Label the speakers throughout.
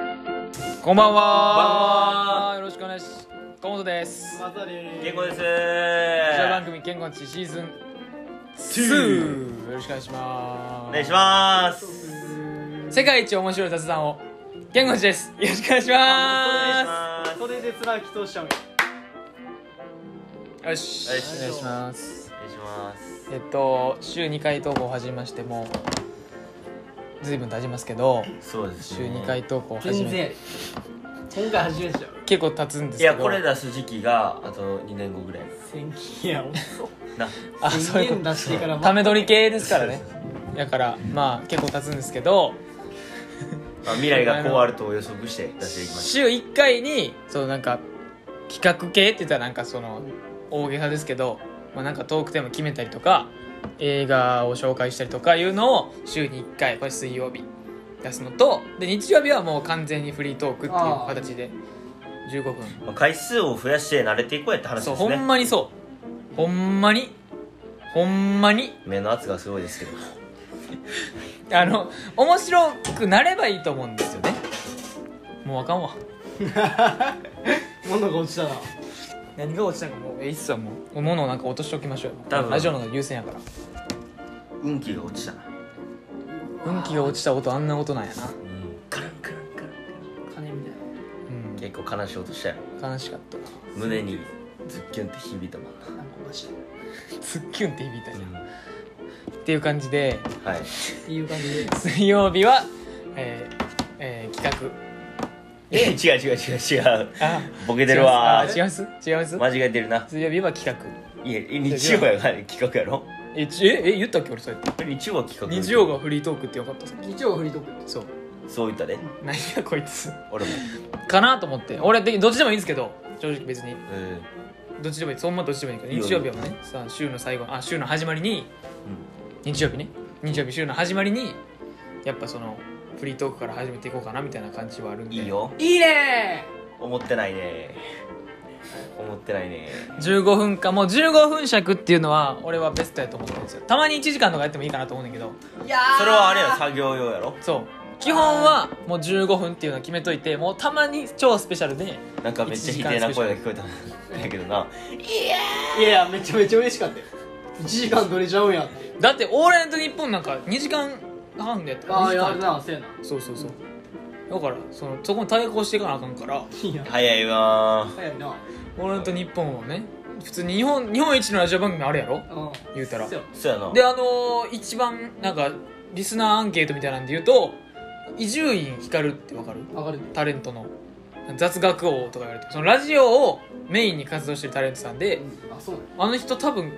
Speaker 1: こんばん
Speaker 2: こんばん
Speaker 1: は。よろしくお願いします。河本です。こ
Speaker 2: 健康です
Speaker 1: ちら番
Speaker 2: お
Speaker 1: 組健康知シーズン2
Speaker 3: Two
Speaker 1: よろしくお願いします。
Speaker 2: 願いします
Speaker 1: 世界一面白い雑談を健康知です。よろしくお願いしま
Speaker 3: それで貫き通しちゃうよ
Speaker 1: す。よし。
Speaker 2: お願い
Speaker 1: お願いし
Speaker 2: します
Speaker 1: ます。
Speaker 2: お願いします
Speaker 1: えっと週2回投稿を始めましてもうずいぶん経ちますけど
Speaker 2: そうです
Speaker 1: 週
Speaker 2: ね
Speaker 1: 2回投稿を始
Speaker 3: 全
Speaker 1: め
Speaker 3: 然今回初めてちゃう
Speaker 1: 結構経つんです
Speaker 2: い
Speaker 1: けど。
Speaker 2: やこれ出す時期があと2年後ぐらい
Speaker 3: 千切や遅
Speaker 2: な
Speaker 1: あ
Speaker 3: い
Speaker 1: そういうこと
Speaker 3: 出してから
Speaker 1: ため取り系ですからね。だからまあ結構経つんですけど。
Speaker 2: まあ未来がこうあると予測して出していき まし
Speaker 1: 週1回にそうなんか企画系って言ったらなんかその大げさですけど、まあ、なんかトークテーマ決めたりとか映画を紹介したりとかいうのを週に1回これ水曜日出すのとで日曜日はもう完全にフリートークっていう形で15分
Speaker 2: た、まあ、回数を増やして慣れていこうやって話
Speaker 1: そう
Speaker 2: です
Speaker 1: ほん
Speaker 2: ね
Speaker 1: まにそうほんまにほんまに
Speaker 2: 目の圧がすごいですけど
Speaker 1: あの面白くなればいいと思うんですよねもうあかんわ
Speaker 3: 物が落ちたな
Speaker 1: 何が落ちたかもうえいっすわもう物をなんか落としておきましょうよ
Speaker 2: 多分
Speaker 1: ラジオの方が優先やから
Speaker 2: 運気が落ちたな
Speaker 1: 運気が落ちた音あんな音なんやな、
Speaker 2: うんカランカランカラン
Speaker 3: 金みたいな
Speaker 1: うん、
Speaker 2: 結構悲しい音したよ
Speaker 1: 悲しかったな
Speaker 2: 胸にズッキュンって響いたもんな、
Speaker 3: なんかマジで
Speaker 1: ツッキュンって響いたじゃんっていう感じで
Speaker 2: はい
Speaker 3: っていう感じで
Speaker 1: 水曜日は、えーえー企
Speaker 2: え 違う違う違う違う
Speaker 1: 画あ
Speaker 2: ボケてるわ
Speaker 1: 違いますあ違います違いま
Speaker 2: 間違えてるな
Speaker 1: す水曜日は企画
Speaker 2: いや日曜やから企画やろ
Speaker 1: えちええ言ったっけ俺そうやって
Speaker 2: 日曜は企画
Speaker 1: 日曜がフリートークってよかったさっ
Speaker 3: 日曜振りとくよ
Speaker 1: きそう
Speaker 2: そう言ったで
Speaker 1: 何やこいつ
Speaker 2: 俺も
Speaker 1: かなと思って俺でどっちでもいいんですけど正直別に
Speaker 2: うん
Speaker 1: どっちでもいいそんまどっちでもいいから
Speaker 2: いいよ
Speaker 1: 日曜日はねさあ週の最後あ週の始まりに日曜日ね日曜日週の始まりにやっぱそのフリートークから始めていこうかなみたいな感じはあるんで
Speaker 2: いいよ
Speaker 3: いいね
Speaker 2: 思ってないね思ってないね
Speaker 1: 15分かもう15分尺っていうのは俺はベストやと思ってるんですよたまに1時間とかやってもいいかなと思うんだけど
Speaker 3: いや
Speaker 2: それはあれや作業用やろ
Speaker 1: そう基本はもう15分っていうのは決めといてもうたまに超スペシャルで
Speaker 2: なんかめっちゃ否定な声が聞こえたんだけどない
Speaker 3: やめちゃめちゃ嬉しかったよ1時間取れちゃうんやって
Speaker 1: だって「オールナイトニッポン」なんか2時間半でやった
Speaker 3: ああ
Speaker 1: 2時
Speaker 3: や
Speaker 1: 間
Speaker 3: るなせやな
Speaker 1: そうそうそうだからそのそこに対抗していかなあかんから
Speaker 3: いや
Speaker 2: 早いわ
Speaker 3: 早いな
Speaker 1: 「オールナイトニッポン」をね普通に日本日本一のラジオ番組あるやろ
Speaker 3: うん
Speaker 1: 言うたら
Speaker 3: せや
Speaker 2: ーそうやな
Speaker 1: であのー一番なんかリスナーアンケートみたいなんで言うと伊集院光ってわかる
Speaker 3: わかる
Speaker 1: タレントの雑学王とか言われてるそのラジオをメインに活動してるタレントさんで
Speaker 3: うんあそうね
Speaker 1: あの人多分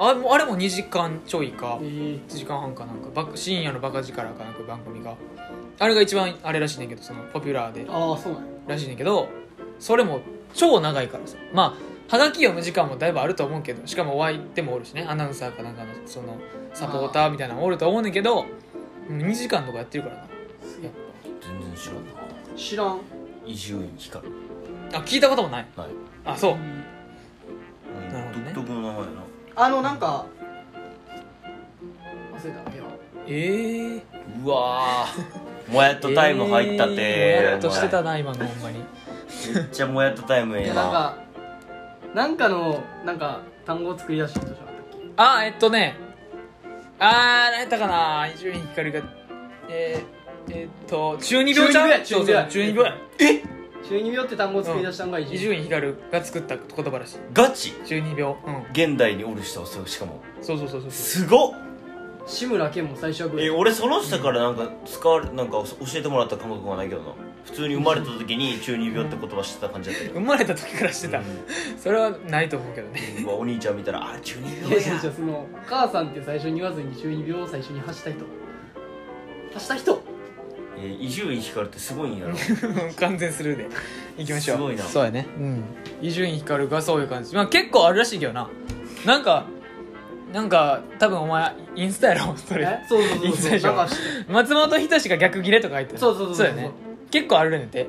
Speaker 1: あもうあれも2時間ちょいか
Speaker 3: え
Speaker 1: 1時間半かなんかバカ深夜のバカ力かなんか番組があれが一番あれらしいねんけどそのポピュラーで
Speaker 3: ーああそうね
Speaker 1: らしいねんけどそれも超長いからさまあはがき読む時間もだいぶあると思うけどしかもお相手もおるしねアナウンサーかなんかのそのサポーターみたいなのもおると思うねんけど2時間とかやってるからなやっ
Speaker 2: 全然知らんな
Speaker 3: 知らん
Speaker 2: 伊集院光る
Speaker 1: ぱあ聞いたこともない
Speaker 2: はい
Speaker 1: あそうなるほどね
Speaker 2: 独特の名前やな
Speaker 3: あのなんか忘れたいや
Speaker 1: ええ
Speaker 2: うわーもやっとタイム入ったて
Speaker 1: えーもやっとしてたな今のほんまに
Speaker 2: めっちゃもやっとタイムえ
Speaker 3: い
Speaker 2: え
Speaker 3: やな
Speaker 2: な
Speaker 3: んかなんかのなんか単語を作り出してたじゃなかったっ
Speaker 1: あえっとねあー何やったかな伊集院光がえー、えっと中二病じゃん
Speaker 3: 中二病や
Speaker 1: そうそう
Speaker 3: 中
Speaker 1: 中
Speaker 3: 二
Speaker 1: 二
Speaker 3: 病
Speaker 1: 病
Speaker 3: やけ中二病って単語を作り出したんが伊
Speaker 1: 伊
Speaker 3: 集
Speaker 1: 集
Speaker 3: 院
Speaker 1: 院光が作った言葉らしい
Speaker 2: ガチ
Speaker 1: 中二病うん
Speaker 2: 現代におる人はそうしかも
Speaker 1: そうそうそうそう
Speaker 2: すごっ
Speaker 3: 志村けんも最初はグ
Speaker 2: え
Speaker 3: レー
Speaker 2: 俺その人からなんか使われなんか教えてもらった感覚はないけどな普通に生まれた時に中二病って言葉知ってた感じだったけど
Speaker 1: 生まれた時からしてた、
Speaker 2: う
Speaker 1: それはないと思うけど ね
Speaker 2: んうわお兄ちゃん見たらあ中二
Speaker 3: いや
Speaker 2: 病
Speaker 3: い
Speaker 2: や
Speaker 3: やじゃあそのお母さんって最初に言わずに中二病を最初に発した人発した人
Speaker 2: えー伊集院光ってすごいんやろ
Speaker 1: 完全スルーでいきましょう
Speaker 2: すごいな
Speaker 1: そうやねうん伊集院光がそういう感じまあ結構あるらしいけどななんかなんか多分お前インスタやろそれ
Speaker 3: えそうそうそうそう
Speaker 1: いいでしょ
Speaker 3: なんか知って
Speaker 1: 松本人志が逆ギレとか入ってる
Speaker 3: そうそうそう
Speaker 1: そうやね結構あるねんて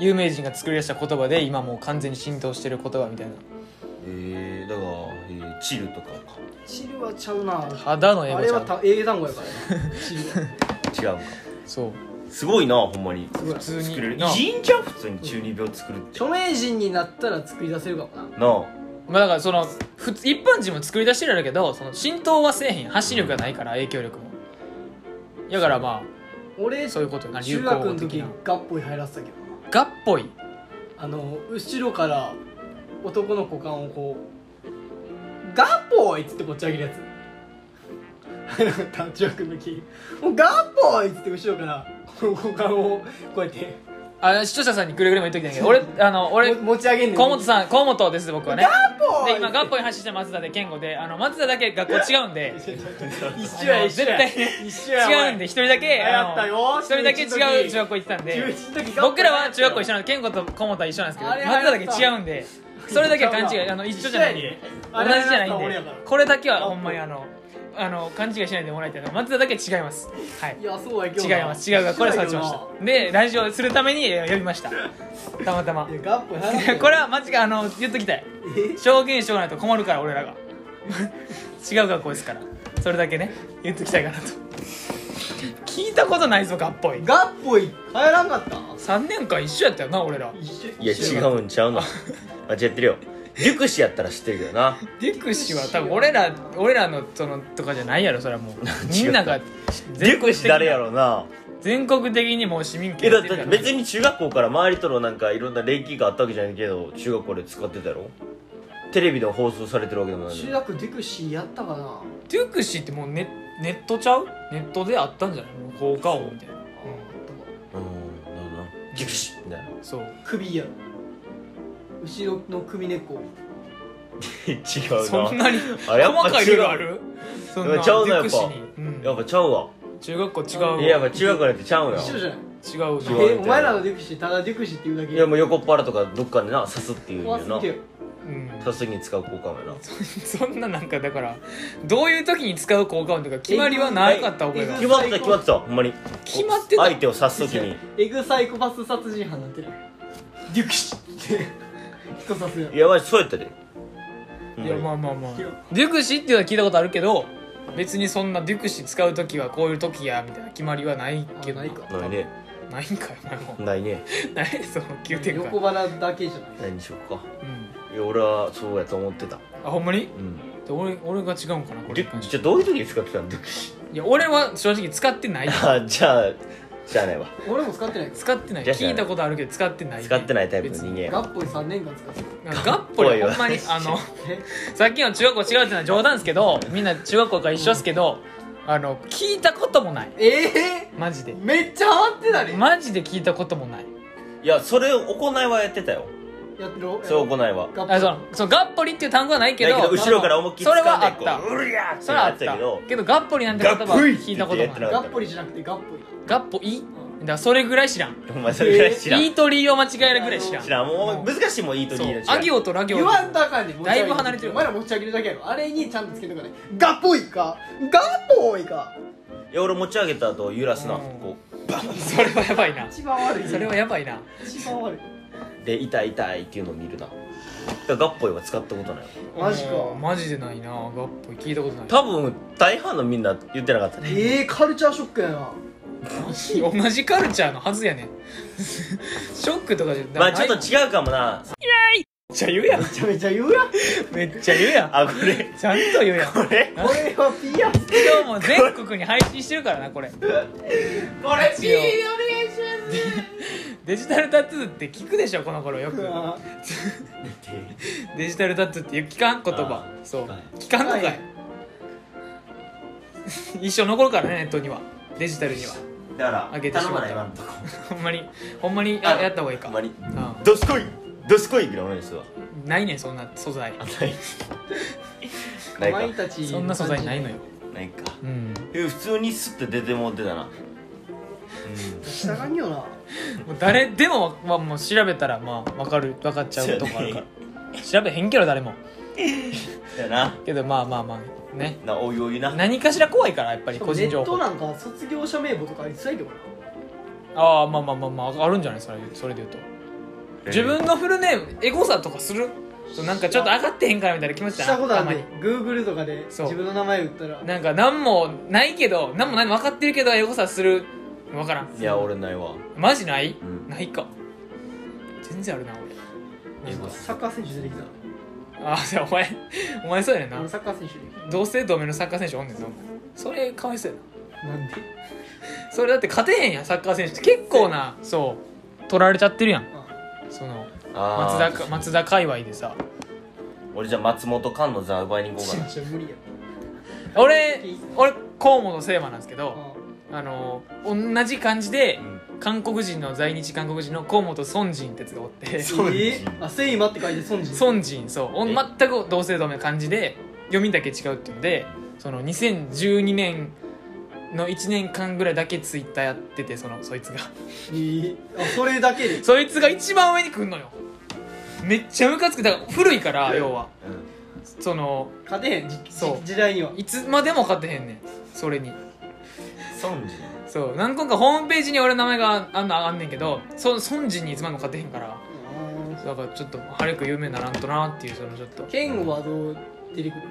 Speaker 1: 有名人が作り出した言葉で今もう完全に浸透してる言葉みたいな
Speaker 2: えー、だから、えー、チルとか
Speaker 3: チルはちゃうな
Speaker 1: 肌の英
Speaker 3: あ
Speaker 1: 語
Speaker 3: れ
Speaker 1: ちゃ
Speaker 3: は
Speaker 1: う
Speaker 3: た英単語やからなチルは
Speaker 2: か違うか
Speaker 1: そう
Speaker 2: すごいなほんまに
Speaker 3: すごい
Speaker 1: 普通に
Speaker 2: 作れる
Speaker 1: な
Speaker 2: 偉人じゃん普通に中二病作るって
Speaker 3: 著名人になったら作り出せるかもな
Speaker 2: なあ
Speaker 1: まあだからその普通一般人も作り出してるやろうけどその浸透はせえへん発信力がないから影響力もだからま
Speaker 3: 俺
Speaker 1: あそういうことにな
Speaker 3: 中学の時ガッポイ入らせたけどな
Speaker 1: がっぽい
Speaker 3: あの後ろから男の股間をこう「ガッポーイ!」っつってこっち上げるやつタッチワークの時「もうガッポーイ!」っつって後ろからこの股間をこうやって
Speaker 1: あ視聴者さんにくれぐれも言っときたいんやけど俺あの俺
Speaker 3: も持ち上げんねん
Speaker 1: 河本さん河本です僕はね
Speaker 3: ガッポーイ
Speaker 1: で今ガッポイ発信して松田で健吾であの松田だけ学校違うんで
Speaker 3: 一緒や
Speaker 1: あの
Speaker 3: 一緒
Speaker 1: 絶
Speaker 3: や
Speaker 1: 対
Speaker 3: 一緒や
Speaker 1: 違うんで一人だけ
Speaker 3: や
Speaker 1: あ
Speaker 3: ったよ
Speaker 1: の一人だけ違
Speaker 3: 中一の
Speaker 1: う
Speaker 3: 時
Speaker 1: 中学校行ってたん
Speaker 3: 中
Speaker 1: で
Speaker 3: 一の時ガッポーイ
Speaker 1: 僕らは中学校一緒なんで健吾と河本は一緒なんですけど
Speaker 3: あれ
Speaker 1: 松田だけ違うんでそれだけは勘違いあの一緒じゃないんで同じじゃないんでこれだけはほんまにあのあの勘違いしないでもらいたいの松田だけ違いますはい
Speaker 3: いやそうやけど
Speaker 1: 違い
Speaker 3: な
Speaker 1: ます違うがこれ
Speaker 3: 一緒
Speaker 1: 察
Speaker 3: や
Speaker 1: し
Speaker 3: けど
Speaker 1: ま
Speaker 3: な
Speaker 1: したでラジオするためにえー呼びましたたまたま
Speaker 3: いやガッポーイ入らせた よ
Speaker 1: これは間違いあの言っときたい証言しておかないと困るから俺らが違う学校ですからそれだけね言っときたいかなと聞いたことないぞガッポイ
Speaker 3: ガッポーイ入らんかった
Speaker 1: 3年間一緒やったよな俺ら
Speaker 3: 一緒
Speaker 2: いや違うんちゃうの間違ってるよリュクシやったら知ってるけどな
Speaker 1: デクシは多分俺ら俺らのそのとかじゃないやろそれはも うみんなが
Speaker 2: リュクシ誰や
Speaker 1: ろ
Speaker 2: ろな
Speaker 1: 全国的にもう市民権
Speaker 2: えだっ
Speaker 1: や
Speaker 2: て
Speaker 1: ろ
Speaker 2: 別に中学校から周りとのなんかいろんな礼儀があったわけじゃないけど中学校で使ってたやろテレビで放送されてるわけでもないの
Speaker 3: 中
Speaker 2: に
Speaker 3: 学デクシーやったかな
Speaker 1: デュクシってもうネネットちゃうネットであったんじゃないもう効果音みたいな
Speaker 2: うんなんなんリュクシみたいな
Speaker 1: そう
Speaker 3: 首や後ろの首根っこ
Speaker 2: 違うな
Speaker 1: そんなに
Speaker 2: あれやっぱ
Speaker 1: 細かいルールあるそんな
Speaker 2: ちゃうなやっぱ
Speaker 1: デュクシにうん
Speaker 2: やっぱちゃうわ
Speaker 1: 中学校違うわ
Speaker 2: いややっぱ中学校なんてちゃうんや
Speaker 3: 一緒じゃない
Speaker 1: 違う
Speaker 2: 違う
Speaker 1: な
Speaker 3: えお前らのデクシーただデクシーって言うだけ
Speaker 2: いやもう横っ腹とかどっかでな刺すっていうんや
Speaker 3: 怖すぎ
Speaker 2: な
Speaker 3: てよ
Speaker 1: うん
Speaker 2: 刺す時に使う効果もやな
Speaker 1: そんななんかだからどういう時に使う効果音とか決まりはなかった俺が
Speaker 2: 決まってた決まってたほんまに
Speaker 1: 決まってた
Speaker 2: 相手を刺す時に
Speaker 3: エグサイコパス殺人犯になってるデュクシーって人刺すやん
Speaker 2: いやばいそうやったでほん
Speaker 1: い
Speaker 2: ま
Speaker 1: や
Speaker 2: に
Speaker 1: まあまあまあ
Speaker 3: いや
Speaker 1: デュクシっていうのは聞いたことあるけど別にそんなデュクシ使う時はこういう時やみたいな決まりはないけど
Speaker 3: あないか
Speaker 2: ないね
Speaker 1: ないんかよお前も
Speaker 2: ないね
Speaker 1: ないその9点か
Speaker 3: 横腹だけじゃない
Speaker 2: 何にしようか
Speaker 1: うん
Speaker 2: いや俺はそうやと思ってた
Speaker 1: あほんまに
Speaker 2: うん
Speaker 1: で俺俺が違うんかなこれ
Speaker 2: リュじゃあどういう時に使ってたんだっけ
Speaker 1: いや俺は正直使ってない
Speaker 2: あじゃあじゃあないわ
Speaker 3: 俺も使ってないか
Speaker 1: 使ってない
Speaker 2: じゃあじゃあ
Speaker 1: 聞いたことあるけど使ってない
Speaker 2: 使ってないタイプの人
Speaker 1: 別に
Speaker 2: 間
Speaker 3: らガッポイ3年間使ってた
Speaker 1: ガッポリ
Speaker 2: ガッポリは
Speaker 1: ほんまにあの
Speaker 3: え
Speaker 1: さっきの中学校違うってのは冗談ですけどみんな中学校から一緒ですけど、あの聞いたこともない
Speaker 3: え
Speaker 1: マジで
Speaker 3: ー、めっちゃハマってたね
Speaker 1: マジで聞いたこともない
Speaker 2: いやそれを行いはやってたよ
Speaker 3: やってろ
Speaker 2: そう行いは
Speaker 3: ガ
Speaker 1: あそ
Speaker 3: ッ
Speaker 1: のそのガッポリっていう単語はないけど
Speaker 2: だけど後ろから思いっきり
Speaker 1: それはあ
Speaker 2: 掴ん
Speaker 1: っ
Speaker 2: でこ
Speaker 1: た
Speaker 2: ううりゃーって
Speaker 1: それはあ
Speaker 2: やっ
Speaker 1: ってた
Speaker 2: たけど
Speaker 1: けどガッポリなんて言葉は
Speaker 2: ガッポリって
Speaker 1: 聞いたこと
Speaker 2: や
Speaker 1: も
Speaker 2: って
Speaker 1: な
Speaker 2: な
Speaker 1: いう
Speaker 3: ポイガッポリじゃなくてガッポイ
Speaker 1: ガッポイだからそれぐらい知らん
Speaker 2: お前それぐらい知らん
Speaker 1: イートリーを間違えるぐらい知らん
Speaker 2: 知らんも
Speaker 1: う
Speaker 2: う難しいもんいいと
Speaker 1: そ
Speaker 2: に
Speaker 1: うア行とラ行
Speaker 3: 言わんとあかんねん持ち上げ
Speaker 1: だいぶ離れてる
Speaker 3: お前ら持ち上げるだけやろあれにちゃんとつけとかねガッポイかガッポイか
Speaker 2: いや俺持ち上げた後揺らすな
Speaker 1: うん
Speaker 2: こ
Speaker 1: それはやばいな
Speaker 3: 一番悪い
Speaker 1: それはやばいな
Speaker 3: 一番悪いう
Speaker 2: で痛い痛いっていうのを見るなだからガッポイは使ったことない
Speaker 3: マジか
Speaker 1: うんマジでないなガッポイ聞いたことない
Speaker 2: 多分大半のみんな言ってなかったね
Speaker 3: えー、カルチャーショックやな
Speaker 1: 同じカルチャーのはずやねん ショックとかじゃ
Speaker 2: まあちょっと
Speaker 1: めっ
Speaker 2: 違うかもな
Speaker 1: ちゃ言うやん
Speaker 3: めちゃめちゃ言うやんこ
Speaker 1: めっちゃ言うやん
Speaker 2: あこれ
Speaker 1: ちゃんと言うやん
Speaker 2: これ
Speaker 3: れは P や
Speaker 1: 今日も全国に配信してるからなこれ
Speaker 3: これ
Speaker 1: P お願い
Speaker 3: いしま
Speaker 1: デジタルタトゥーって聞くでしょこの頃よく
Speaker 3: わ
Speaker 1: デジタルタトゥーって聞かん言
Speaker 2: あ
Speaker 1: 葉
Speaker 2: ー
Speaker 1: そう
Speaker 2: はい
Speaker 1: 聞かんのか
Speaker 3: はい
Speaker 1: 一生残るからねネットにはデジタルには
Speaker 2: だから
Speaker 1: 開けてしまった
Speaker 2: 頼まない今のとこ
Speaker 1: ほんまにほんまにや
Speaker 2: あ
Speaker 1: やった方がいい
Speaker 2: ほ
Speaker 1: か
Speaker 2: んまに
Speaker 1: う
Speaker 2: どすこいどすこいぐらいのですわ
Speaker 1: んないねんそんな素材
Speaker 2: ない
Speaker 3: かまい
Speaker 2: か
Speaker 3: たち
Speaker 1: そんな素材ないのよ
Speaker 2: ないか
Speaker 1: うん
Speaker 2: え普通にスッて出てもうてたな
Speaker 3: 従わんよな
Speaker 1: もう誰でも,、まあ、もう調べたらまあ分かる分かっちゃうとこあるから
Speaker 2: そ
Speaker 1: 調べへんけど誰も
Speaker 2: だよな
Speaker 1: けどまあまあまあね
Speaker 2: なおいおいな
Speaker 1: 何かしら怖いからやっぱり
Speaker 3: しか
Speaker 1: 個
Speaker 3: もネ
Speaker 1: 人情
Speaker 3: ッ
Speaker 1: 報
Speaker 3: トなんか卒業者名簿とかありつらいけどな
Speaker 1: ああまあまあまあまああるんじゃないそれそれで言うと自分のフルネームエゴサとかするそうなんかちょっと上がってへんからみたいな気持ちだ
Speaker 3: し
Speaker 1: な
Speaker 3: たことあ
Speaker 1: た
Speaker 3: る
Speaker 1: まに
Speaker 3: ね Google とかで
Speaker 1: そう
Speaker 3: 自分の名前打ったら
Speaker 1: なんか何もないけど何もないの分かってるけどエゴサする分からん
Speaker 2: いや俺ないわ
Speaker 1: マジない、
Speaker 2: うん
Speaker 1: ないか全然あるな
Speaker 2: 英語
Speaker 3: サッカー選手出てきた
Speaker 1: 俺あじゃあお前お前そうやねん
Speaker 3: あの
Speaker 1: な
Speaker 3: サッカー選手出てき
Speaker 1: 同姓同名のサッカー選手おんねんぞそれかわいそうやな
Speaker 3: たなんで
Speaker 1: それだって勝てへんやんサッカー選手って結構なそう取られちゃってるやん
Speaker 3: あ
Speaker 1: その
Speaker 2: あ
Speaker 1: 松
Speaker 2: ー
Speaker 1: 田か松田界隈でさ
Speaker 2: 俺じゃあ松本菅の座奪いに行こうか
Speaker 3: ち
Speaker 2: な
Speaker 3: ょちょ無理や
Speaker 1: 俺
Speaker 3: いい
Speaker 1: 俺河本聖馬なんですけど
Speaker 3: あ
Speaker 1: あの同じ感じで
Speaker 2: うん
Speaker 1: 韓国人の在日韓国人の河本孫仁ってやつがお って
Speaker 2: 孫仁
Speaker 3: えーあセイマって書いて孫仁
Speaker 1: 孫仁そうお
Speaker 2: え
Speaker 1: 全く同姓同名の漢字で読みだけ違うっていうのでその2012年の1年間ぐらいだけツイッターやっててそのそいつが
Speaker 3: えーあそれだけで
Speaker 1: そいつが一番上に来んのよめっちゃムカつくだから古いから要はその
Speaker 3: 勝てへんじ
Speaker 1: そう
Speaker 3: じ時代にはい
Speaker 1: つまでも勝てへんねんそれに
Speaker 2: 孫仁
Speaker 1: そう何個かホームページに俺の名前があんのあんねんけどそ孫仁にいつまでも勝てへんからだからちょっと早く有名にならんとなっていうそのちょっと
Speaker 3: ケンゴはどう出てくる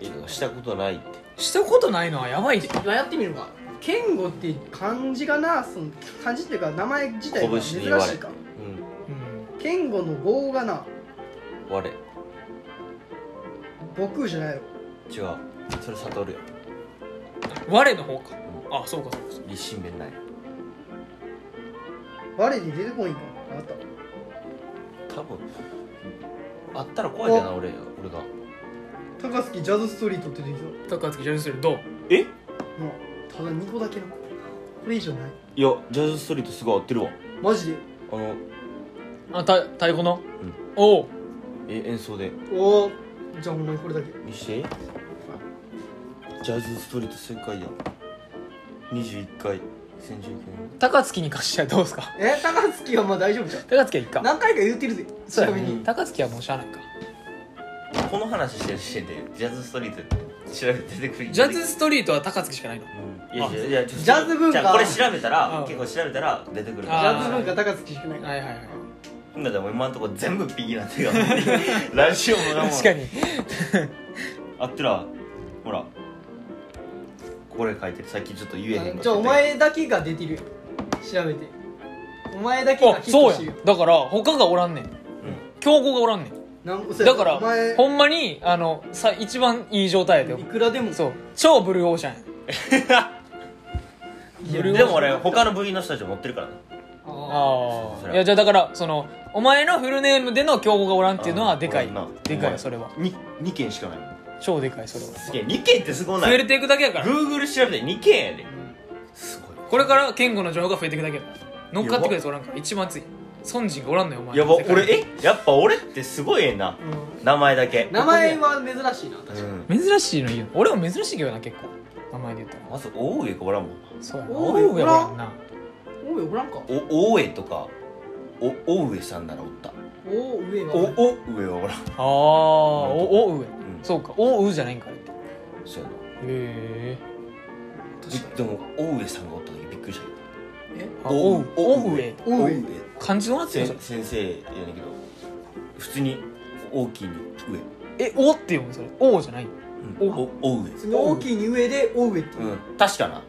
Speaker 2: えしたことないって
Speaker 1: したことないのはやばいで
Speaker 3: まあやってみるかケンゴって漢字がなその漢字っていうか名前自体が珍
Speaker 2: 拳に言わ
Speaker 3: し
Speaker 2: れ
Speaker 3: いか
Speaker 2: うん
Speaker 1: うん
Speaker 3: ケンゴの棒がな
Speaker 2: 我違
Speaker 3: 悟空じゃないよ
Speaker 2: うそれ悟るよ
Speaker 1: 我の方かあそうかそうか
Speaker 2: 立身弁ない
Speaker 3: 我に出てこいんかあった
Speaker 2: 多分あったら怖いけどな俺俺が
Speaker 3: 高槻ジャズストリートって出てきた
Speaker 1: 高槻ジャズストリートどう
Speaker 2: え
Speaker 3: なただ2個だけなこれ以上ない
Speaker 2: いやジャズストリートすごい合ってるわ
Speaker 3: マジで
Speaker 2: あの
Speaker 1: あた太鼓の、
Speaker 2: ん
Speaker 1: おう
Speaker 2: え演奏で
Speaker 3: おおじゃあほんまにこれだけ
Speaker 2: 見してジャズストリート正解や21回1019
Speaker 1: 高槻に関してはどうですか
Speaker 3: え高槻はまあ大丈夫じゃん
Speaker 1: 高槻はいいか
Speaker 3: 何回か言ってるぜち
Speaker 1: そう
Speaker 3: な
Speaker 1: や
Speaker 3: み
Speaker 1: ね
Speaker 3: に
Speaker 1: 高槻はもうしゃあないか
Speaker 2: 年この話してる時点でジャズストリートって調べて出てくる
Speaker 1: ジャズストリートは高槻しかないの
Speaker 2: うんいやいやいやジ
Speaker 3: ジャズ文化
Speaker 2: じゃあこれ調べた
Speaker 1: う
Speaker 2: ら
Speaker 1: ん
Speaker 2: 結構調べたら出てくる
Speaker 3: ジ
Speaker 1: あ
Speaker 3: ャズ文化高槻しかない
Speaker 1: はいはいはい
Speaker 2: 今でも今のところ全部ピギなんていうか ラジオも何も
Speaker 1: 確かに
Speaker 2: あってらほらこれ書いてるさっきちょっと言えへんかった
Speaker 3: じゃあお前だけが出てるよ調べてお前だけが
Speaker 1: あ
Speaker 3: ヒッ
Speaker 1: そ
Speaker 3: ト
Speaker 1: う
Speaker 3: してる
Speaker 1: や
Speaker 3: よ
Speaker 1: んだから他がおらんねん競合がおらんねん
Speaker 3: なんそうや
Speaker 1: だか
Speaker 3: お
Speaker 1: ら
Speaker 3: 前
Speaker 1: ほんまにあのさ一番いい状態やで
Speaker 3: いくらでも
Speaker 1: そう超ブルーオーシャンや
Speaker 3: いや
Speaker 1: 俺は
Speaker 2: でも俺他の部員の人たち持ってるからね
Speaker 3: あ
Speaker 1: あ
Speaker 2: そ
Speaker 1: あ
Speaker 2: りゃ
Speaker 1: いやじゃあだからそのお前のフルネームでの競合がおらんっていうの
Speaker 2: あ
Speaker 1: は
Speaker 2: ー
Speaker 1: でかい
Speaker 2: おらんな
Speaker 1: で
Speaker 2: お
Speaker 1: かい
Speaker 2: 前
Speaker 1: それは
Speaker 2: 2, 二件しかない
Speaker 1: 超でかいそれは
Speaker 2: すげえ2件ってすごな
Speaker 1: 増え
Speaker 2: い
Speaker 1: ていくだけやから
Speaker 2: Google 調べて2件やで
Speaker 3: うん
Speaker 2: すごい
Speaker 1: これから健吾の情報が増えていくだけやから乗っかってくるやつおらんから一番熱い孫人がおらんのよお前
Speaker 2: やば
Speaker 1: 世界に
Speaker 2: 俺えやっぱ俺ってすごいええな
Speaker 3: うん
Speaker 2: 名前だけ
Speaker 3: 名前は珍しいな確かに
Speaker 2: うん
Speaker 1: 珍しいの言うの俺も珍しいけどな結構名前で言ったら
Speaker 2: まず大江がおらんもん
Speaker 1: そうやな
Speaker 3: おい
Speaker 1: おうやおらんな
Speaker 3: おいおらんか
Speaker 2: お大江とかお大江さんならおった
Speaker 3: おお上が
Speaker 2: おお上はお
Speaker 1: あ
Speaker 2: らん
Speaker 1: あおおうや
Speaker 2: うん
Speaker 1: そうかおうじゃないんかあれってへ
Speaker 2: そうやな
Speaker 1: え
Speaker 3: 確か
Speaker 2: でも大上さんがおった時びっくりしたけど
Speaker 3: にえ
Speaker 1: あおうおうえ
Speaker 3: お
Speaker 2: 大
Speaker 3: うえ
Speaker 2: 上
Speaker 1: 漢字のやつや
Speaker 2: 先先生やねんけど普通に大きいに上
Speaker 1: えおって読むそれおうじゃない
Speaker 2: うんおお上
Speaker 3: 大きいに上でお上って言う
Speaker 2: うん確かな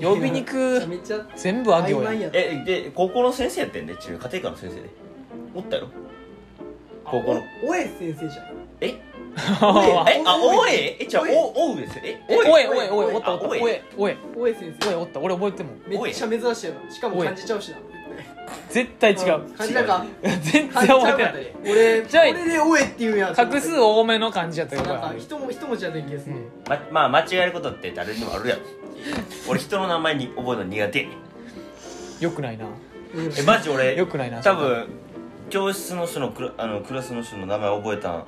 Speaker 1: 呼びに
Speaker 3: めちゃ
Speaker 1: く
Speaker 3: めちゃ
Speaker 1: 全部あ行
Speaker 3: 曖昧
Speaker 1: や
Speaker 3: やな
Speaker 2: えで高校の先生やってんで中家庭科の先生でおったやろ高校の
Speaker 3: おおえ先生じゃん
Speaker 2: え
Speaker 3: お
Speaker 2: えあ
Speaker 3: お
Speaker 2: 大江えじゃあ
Speaker 3: おえ
Speaker 2: お大上ですよえ
Speaker 1: おい
Speaker 2: 大江
Speaker 1: おいおいおいおったおった
Speaker 2: あ
Speaker 1: お
Speaker 2: お
Speaker 1: い
Speaker 2: い
Speaker 1: おいおい
Speaker 3: おえ先生
Speaker 1: おった俺覚えても
Speaker 3: めっちゃ珍しいやろしかも感じちゃうしな
Speaker 1: 絶対違う
Speaker 3: 感じたか
Speaker 1: 全然
Speaker 3: 感じちゃう
Speaker 1: 覚
Speaker 3: か
Speaker 1: え
Speaker 3: ってた
Speaker 1: ない
Speaker 3: で俺
Speaker 1: じゃあ
Speaker 3: これでおえって言うんやと思って
Speaker 1: 画数多めの漢字やった
Speaker 3: な
Speaker 1: よ
Speaker 3: ん
Speaker 1: これ
Speaker 3: か一文一文字やった気がする
Speaker 1: うん
Speaker 2: ままあ間違えることって誰にもあるやろ俺人の名前に覚えるの苦手やねん
Speaker 1: よくないな
Speaker 3: うん
Speaker 2: えマジ俺
Speaker 1: よくないな
Speaker 2: 多分教室の人のクラあのクラスの人の名前覚えたん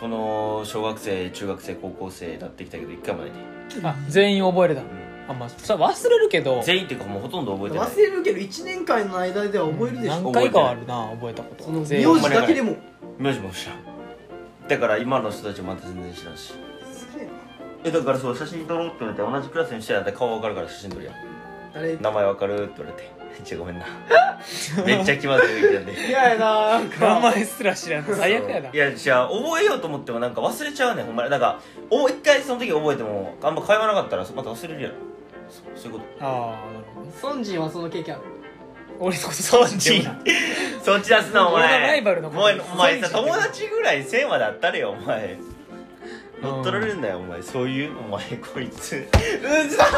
Speaker 2: この小学生中学生高校生だってきたけど一回もないで、
Speaker 1: あ全員覚えれた
Speaker 2: ん
Speaker 1: あまあそれ忘れるけど
Speaker 2: 全員っていうかもうほとんど覚えてない
Speaker 3: 忘れるけど1年間の間では覚えるでしょ
Speaker 1: 何回かはあるな覚えたこ
Speaker 3: その
Speaker 1: と
Speaker 3: 名
Speaker 1: 全員
Speaker 3: 字だけでも
Speaker 2: 名字も知らんだから今の人たちもまた全然知らんし
Speaker 3: すげえな
Speaker 2: えだからそう写真撮ろうって言われて同じクラスにしてやったら顔わかるから写真撮るやん
Speaker 3: 誰
Speaker 2: 名前わかるって言われて めっちゃごめんなめっちゃ気まずいみたいで
Speaker 3: 嫌やななん
Speaker 1: 名
Speaker 3: か
Speaker 1: 前すら知らん 最悪やない
Speaker 2: やじゃあ覚えようと思ってもなんか忘れちゃうねんほんまにだからお一回その時覚えてもあんま会話なかったらまた忘れるやろそそういうこ
Speaker 1: ああなるほどね
Speaker 3: ソンジンはその経験ある
Speaker 1: 俺のことソンジン
Speaker 2: とそっち出すなお前
Speaker 1: 俺のライバルのこと
Speaker 2: お前お前さ
Speaker 1: そういう
Speaker 2: 友
Speaker 1: 人
Speaker 2: 達ぐらい1000まであったれよお前乗っ取られるんだよお前そういうお前こいつうざい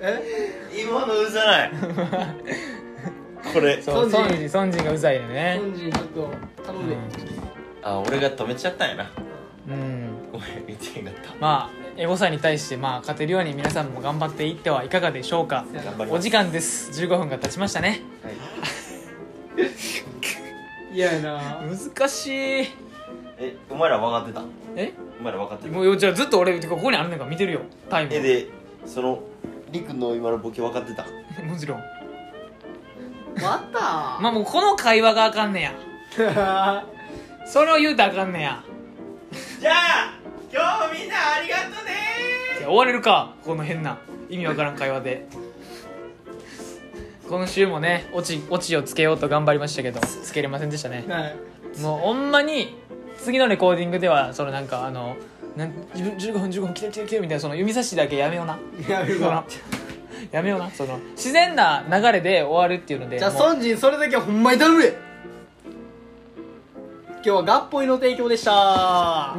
Speaker 3: え
Speaker 2: 今のうざないこれ
Speaker 1: そうソ
Speaker 3: ソ
Speaker 1: ン
Speaker 3: ンジン
Speaker 1: ジンソンジンがうざいよね
Speaker 3: ソンジンちょっと頼んで、
Speaker 2: あ俺が止めちゃったんやな
Speaker 1: うん
Speaker 2: ごめん見てへんかった
Speaker 1: まあエゴサに対してまあ勝てるように皆さんも頑張っていってはいかがでしょうか
Speaker 3: せやな
Speaker 2: 頑張り
Speaker 1: お
Speaker 2: ます
Speaker 1: 時間です15分が経ちましたね
Speaker 3: 嫌やな
Speaker 1: 難しい
Speaker 2: えお前ら分かってた
Speaker 1: え
Speaker 2: お前ら分かってた
Speaker 1: もうじゃあずっと俺てかここにあるのか見てるよタイム
Speaker 2: えでそのりくんの今のボケ分かってた
Speaker 1: もちろん
Speaker 3: また
Speaker 1: まあもうこの会話があかんねやそれを言うたらあかんねや
Speaker 2: じゃあ今日みんなありがとうね
Speaker 1: いや終われるかこの変な意味わからん会話で今週もねオチオチをつけようと頑張りましたけどつけれませんでしたね
Speaker 3: はい
Speaker 1: もうほんまに次のレコーディングではそのなんかあのなん15分15分来てる来てる来てるみたいなその指差しだけやめような
Speaker 3: やめ
Speaker 1: そ
Speaker 3: る
Speaker 1: の
Speaker 3: わ
Speaker 1: やめようなその自然な流れで終わるっていうので
Speaker 3: じゃあ
Speaker 1: もう
Speaker 3: ソンジンそれだけはほんまに頼むで今日はガッポイの提供でした
Speaker 1: うわ